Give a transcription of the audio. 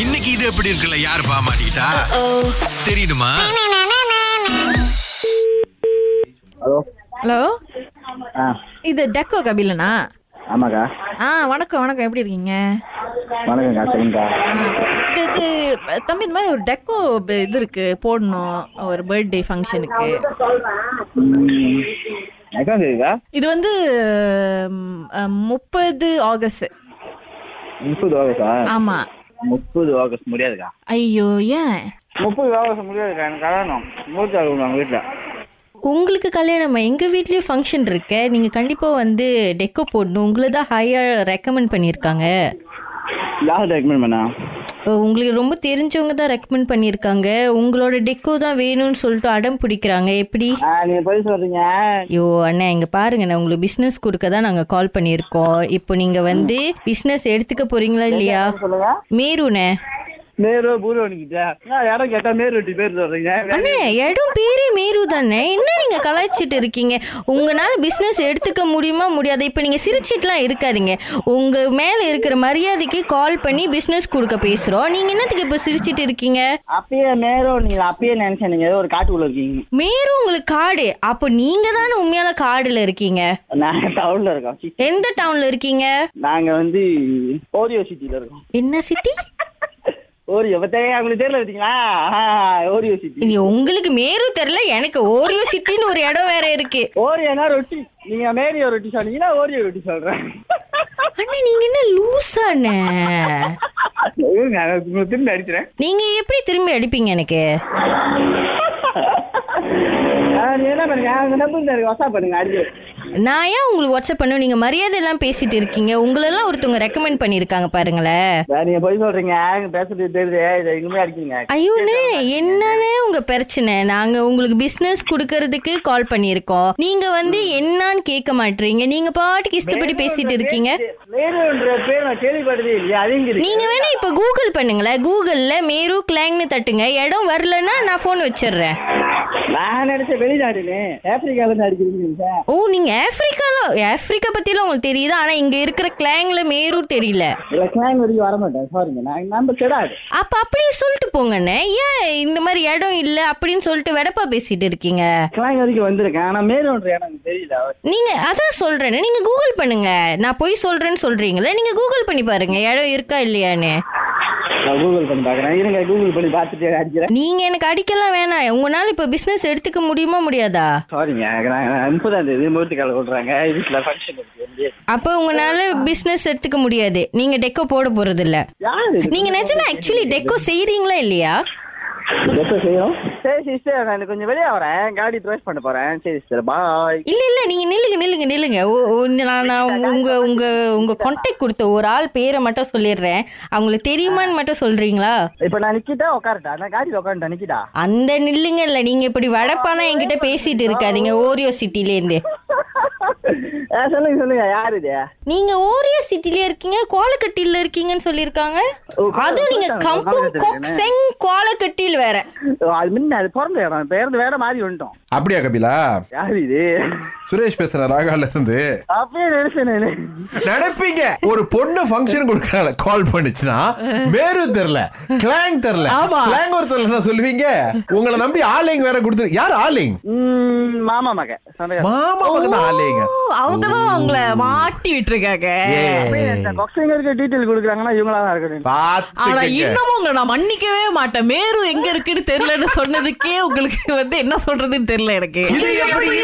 இன்னைக்கு இது எப்படி இருக்குல்ல யார் பாமாட்டா தெரியுமா ஹலோ ஹலோ ஆ இது டெக்கோ கபிலனா ஆமாக்கா ஆ வணக்கம் வணக்கம் எப்படி இருக்கீங்க வணக்கங்கக்கா சரிங்கக்கா இது இது தம்பி இந்த மாதிரி ஒரு டெக்கோ ப- இது இருக்கு போடணும் ஒரு பர்த்டே ஃபங்க்ஷனுக்கு ம், எத்தனை தேதிக்கா இது வந்து ம், அ, முப்பது ஆகஸ்ட் முப்பது ஆகஸ்டா ஆமா முப்பது ஆகஸ்ட் முடியாதுக்கா ஐயோ ஏன் முப்பது ஆகஸ்ட் முடியாதுக்கா எனக்கு கல்யாணம் மூர்த்தி ஆகும் எங்கள் வீட்டில் உங்களுக்கு கல்யாணமா எங்கள் வீட்லேயும் ஃபங்க்ஷன் இருக்க நீங்கள் கண்டிப்பாக வந்து டெக்கோ போடணும் உங்களை தான் ஹையாக ரெக்கமெண்ட் பண்ணியிருக்காங்க யார் ரெக்கமெண்ட் பண்ணா அஹ் உங்களுக்கு ரொம்ப தெரிஞ்சவங்க தான் ரெக்கமெண்ட் பண்ணியிருக்காங்க உங்களோட டெக்கோ தான் வேணும்னு சொல்லிட்டு அடம் பிடிக்கிறாங்க எப்படி ஆ நீங்கள் பதில் சொல்கிறீங்க ஐயோ அண்ணா இங்கே பாருங்க நான் உங்களுக்கு பிஸ்னஸ் கொடுக்க தான் நாங்கள் கால் பண்ணியிருக்கோம் இப்போ நீங்கள் வந்து பிஸ்னஸ் எடுத்துக்க போறீங்களா இல்லையா சொல்லுங்க மேருண்ணே மேரு பூர்வனிக்கிட்ட நான் யாரோ கேட்டால் மேரு வெட்டி பேர் சொல்கிறீங்க அண்ணே இடம் பேரே மேரு தானே என்ன நீங்க கலாய்ச்சிட்டு இருக்கீங்க உங்களால பிசினஸ் எடுத்துக்க முடியுமா முடியாது இப்போ நீங்க சிரிச்சிட்டுலாம் இருக்காதீங்க உங்க மேல இருக்கிற மரியாதைக்கு கால் பண்ணி பிசினஸ் கொடுக்க பேசுறோம் நீங்க என்னத்துக்கு இப்போ சிரிச்சிட்டு இருக்கீங்க அப்பயே மேரோ நீங்கள் அப்பயே நினச்சேன் நீங்கள் ஏதோ ஒரு காட்டுக்குள்ளே இருக்கீங்க மேரு உங்களுக்கு காடு அப்போ நீங்க தானே உண்மையான காடுல இருக்கீங்க நாங்கள் டவுனில் இருக்கோம் சி- எந்த டவுன்ல இருக்கீங்க நாங்கள் வந்து ஓரியோ சிட்டியில் இருக்கோம் என்ன சிட்டி ஓரியோ பார்த்தேன் அவங்களுக்கு தெரியல பார்த்தீங்களா ஆ, ஓரியோ சிட்டி இது உங்களுக்கு மேரு தெரியல எனக்கு ஓரியோ சிட்டின்னு ஒரு இடம் வேற இருக்கு ஓரியோனா ரொட்டி நீங்க மேரியோ ரொட்டி சொன்னீங்கன்னா ஓரியோ ரொட்டி சொல்றேன் அண்ணா நீங்க என்ன லூசானே நான் உங்களுக்கு திரும்பி அடிக்கிறேன் நீங்க எப்படி திரும்பி அடிப்பீங்க எனக்கு நீங்க என்ன பண்ணுங்க அவங்க நம்பர் எனக்கு வசா பண்ணுங்க அடிச்சு நான் ஏன் உங்களுக்கு வாட்ஸ்அப் பண்ணும் நீங்க மரியாதை எல்லாம் பேசிட்டு இருக்கீங்க உங்களெல்லாம் ஒருத்தவங்க ரெக்கமெண்ட் பண்ணிருக்காங்க பாருங்களேன் நீங்க போய் சொல்றீங்க நீங்க பேசுறது தெரியுது இதை இனிமே அடிக்கிறீங்க ஐயோண்ணே என்னன்னு உங்க பிரச்சனை நாங்க உங்களுக்கு பிசினஸ் கொடுக்கறதுக்கு கால் பண்ணியிருக்கோம் நீங்க வந்து என்னன்னு கேட்க மாட்டீங்க நீங்க பாட்டுக்கு இஷ்டப்படி பேசிட்டு இருக்கீங்க மேருன்ற பேர் நான் கேள்விப்பட்டதே இல்லையா அதுங்கிறது நீங்க வேணா இப்ப கூகுள் பண்ணுங்களேன் கூகுள்ல மேரு கிளாங்னு தட்டுங்க இடம் வரலன்னா நான் ஃபோன் வச்சிடுறேன் நான் நினைச்ச வெளிநாடுன்னு ஆப்பிரிக்கால இருந்து அடிக்கிறீங்க ஓ நீங்க ஆப்பிரிக்கால ஆப்பிரிக்கா பத்திலாம் உங்களுக்கு தெரியுது ஆனா இங்க இருக்கிற கிளாங்ல மேரு தெரியல இல்ல கிளாங் வரைக்கும் வர மாட்டேன் சாரிங்க நான் நம்ம கெடாது அப்ப அப்படியே சொல்லிட்டு போங்கண்ணே ஏன் இந்த மாதிரி இடம் இல்ல அப்படின்னு சொல்லிட்டு வெடப்பா பேசிட்டு இருக்கீங்க கிளாங் வரைக்கும் வந்திருக்கேன் ஆனா மேருன்ற இடம் எனக்கு தெரியல நீங்க அதான் சொல்றேன்னு நீங்க கூகுள் பண்ணுங்க நான் போய் சொல்றேன்னு சொல்றீங்களே நீங்க கூகுள் பண்ணி பாருங்க இடம் இருக்கா இல்லையான்னு நான் கூகுள் பண்ணி பாக்குறேன் இருங்க கூகுள் பண்ணி பார்த்துட்டு அடிக்கிறேன் நீங்க எனக்கு அடிக்கலாம் வேணாம் உங்களால இப்ப பிசினஸ் எடுத்துக்க முடியுமா முடியாதா சாரிங்க நான் முப்பதாம் தேதி மூர்த்திக்கால விடுறாங்க வீட்டுல ஃபங்க்ஷன் இருக்கு அப்ப உங்களால பிசினஸ் எடுத்துக்க முடியாது நீங்க டெக்கோ போட போறது இல்ல யாரு இது? நீங்க நினைச்சா ஆக்சுவலி டெக்கோ செய்றீங்களா இல்லையா எப்ப செய்யணும் சரி சிஸ்டர் நான் கொஞ்சம் வெளியே வரேன் காடி ட்ரைவ் பண்ண போறேன் சரி சிஸ்டர் பாய் இல்ல இல்ல நீங்க நில்லுங்க நில்லுங்க நில்லுங்க ஓ, ஓ, நான் நான் உங்க உங்க உங்க கான்டாக்ட் கொடுத்த ஒரு ஆள் பேரை மட்டும் சொல்லிடுறேன் அவங்களுக்கு தெரியுமான்னு மட்டும் சொல்றீங்களா இப்போ நான் நிக்கிட்டா உட்காரட்டா நான் காடியில் உட்காந்துட்டா நிக்கிட்டா அந்த நில்லுங்க இல்ல நீங்க இப்படி வடப்பானா என்கிட்ட பேசிட்டு இருக்காதீங்க ஓரியோ சிட்டில இருந்து ஆ, சொல்லுங்க சொல்லுங்க யாரு இது நீங்க ஓரியோ சிட்டில இருக்கீங்க கோலக்கட்டில இருக்கீங்கன்னு சொல்லியிருக்காங்க ஓ, அதுவும் நீங்க சொல்லிட்டாங்க, கம்பும் கோலக்கட்டில கொக் செங் கோலக்கட்டில் வேற ஓ, அது முன்ன அது பிறந்த இடம் பேருந்து வேற மாறி வந்துட்டோம் அப்படியா கபிலா யாரு இது சுரேஷ் பேசுறேன் ராகால இருந்து அப்படியே நினைச்சேன் நானு. நினைப்பீங்க ஒரு பொண்ணு ஃபங்க்ஷன் கொடுக்கறால கால் பண்ணுச்சுன்னா வேறு தெரியல கிளாங் தெரியல கிளாங் ஒரு தெரியல சொல்லுவீங்க உங்களை நம்பி ஆலிங் வேற கொடுத்து யார் ஆலிங் ம், மாமா மக சொந்தக்காரர். மாமா பக்கத்துல ஆலிங்க அவங்க தான் அவங்கள மாட்டி விட்டுருக்காங்க அப்படியே நினைச்சேன். பக்ஸிங்கருக்கு டீட்டெயில் கொடுக்குறாங்கன்னா இவங்களா தான் இருக்கணும் ஆனா பாத்து இன்னமும் உங்களை நான் மன்னிக்கவே மாட்டேன் மேரு எங்க இருக்குன்னு தெரியலன்னு சொன்னதுக்கே உங்களுக்கு வந்து என்ன சொல்றதுன்னு தெரியல எனக்கு இது எப்படி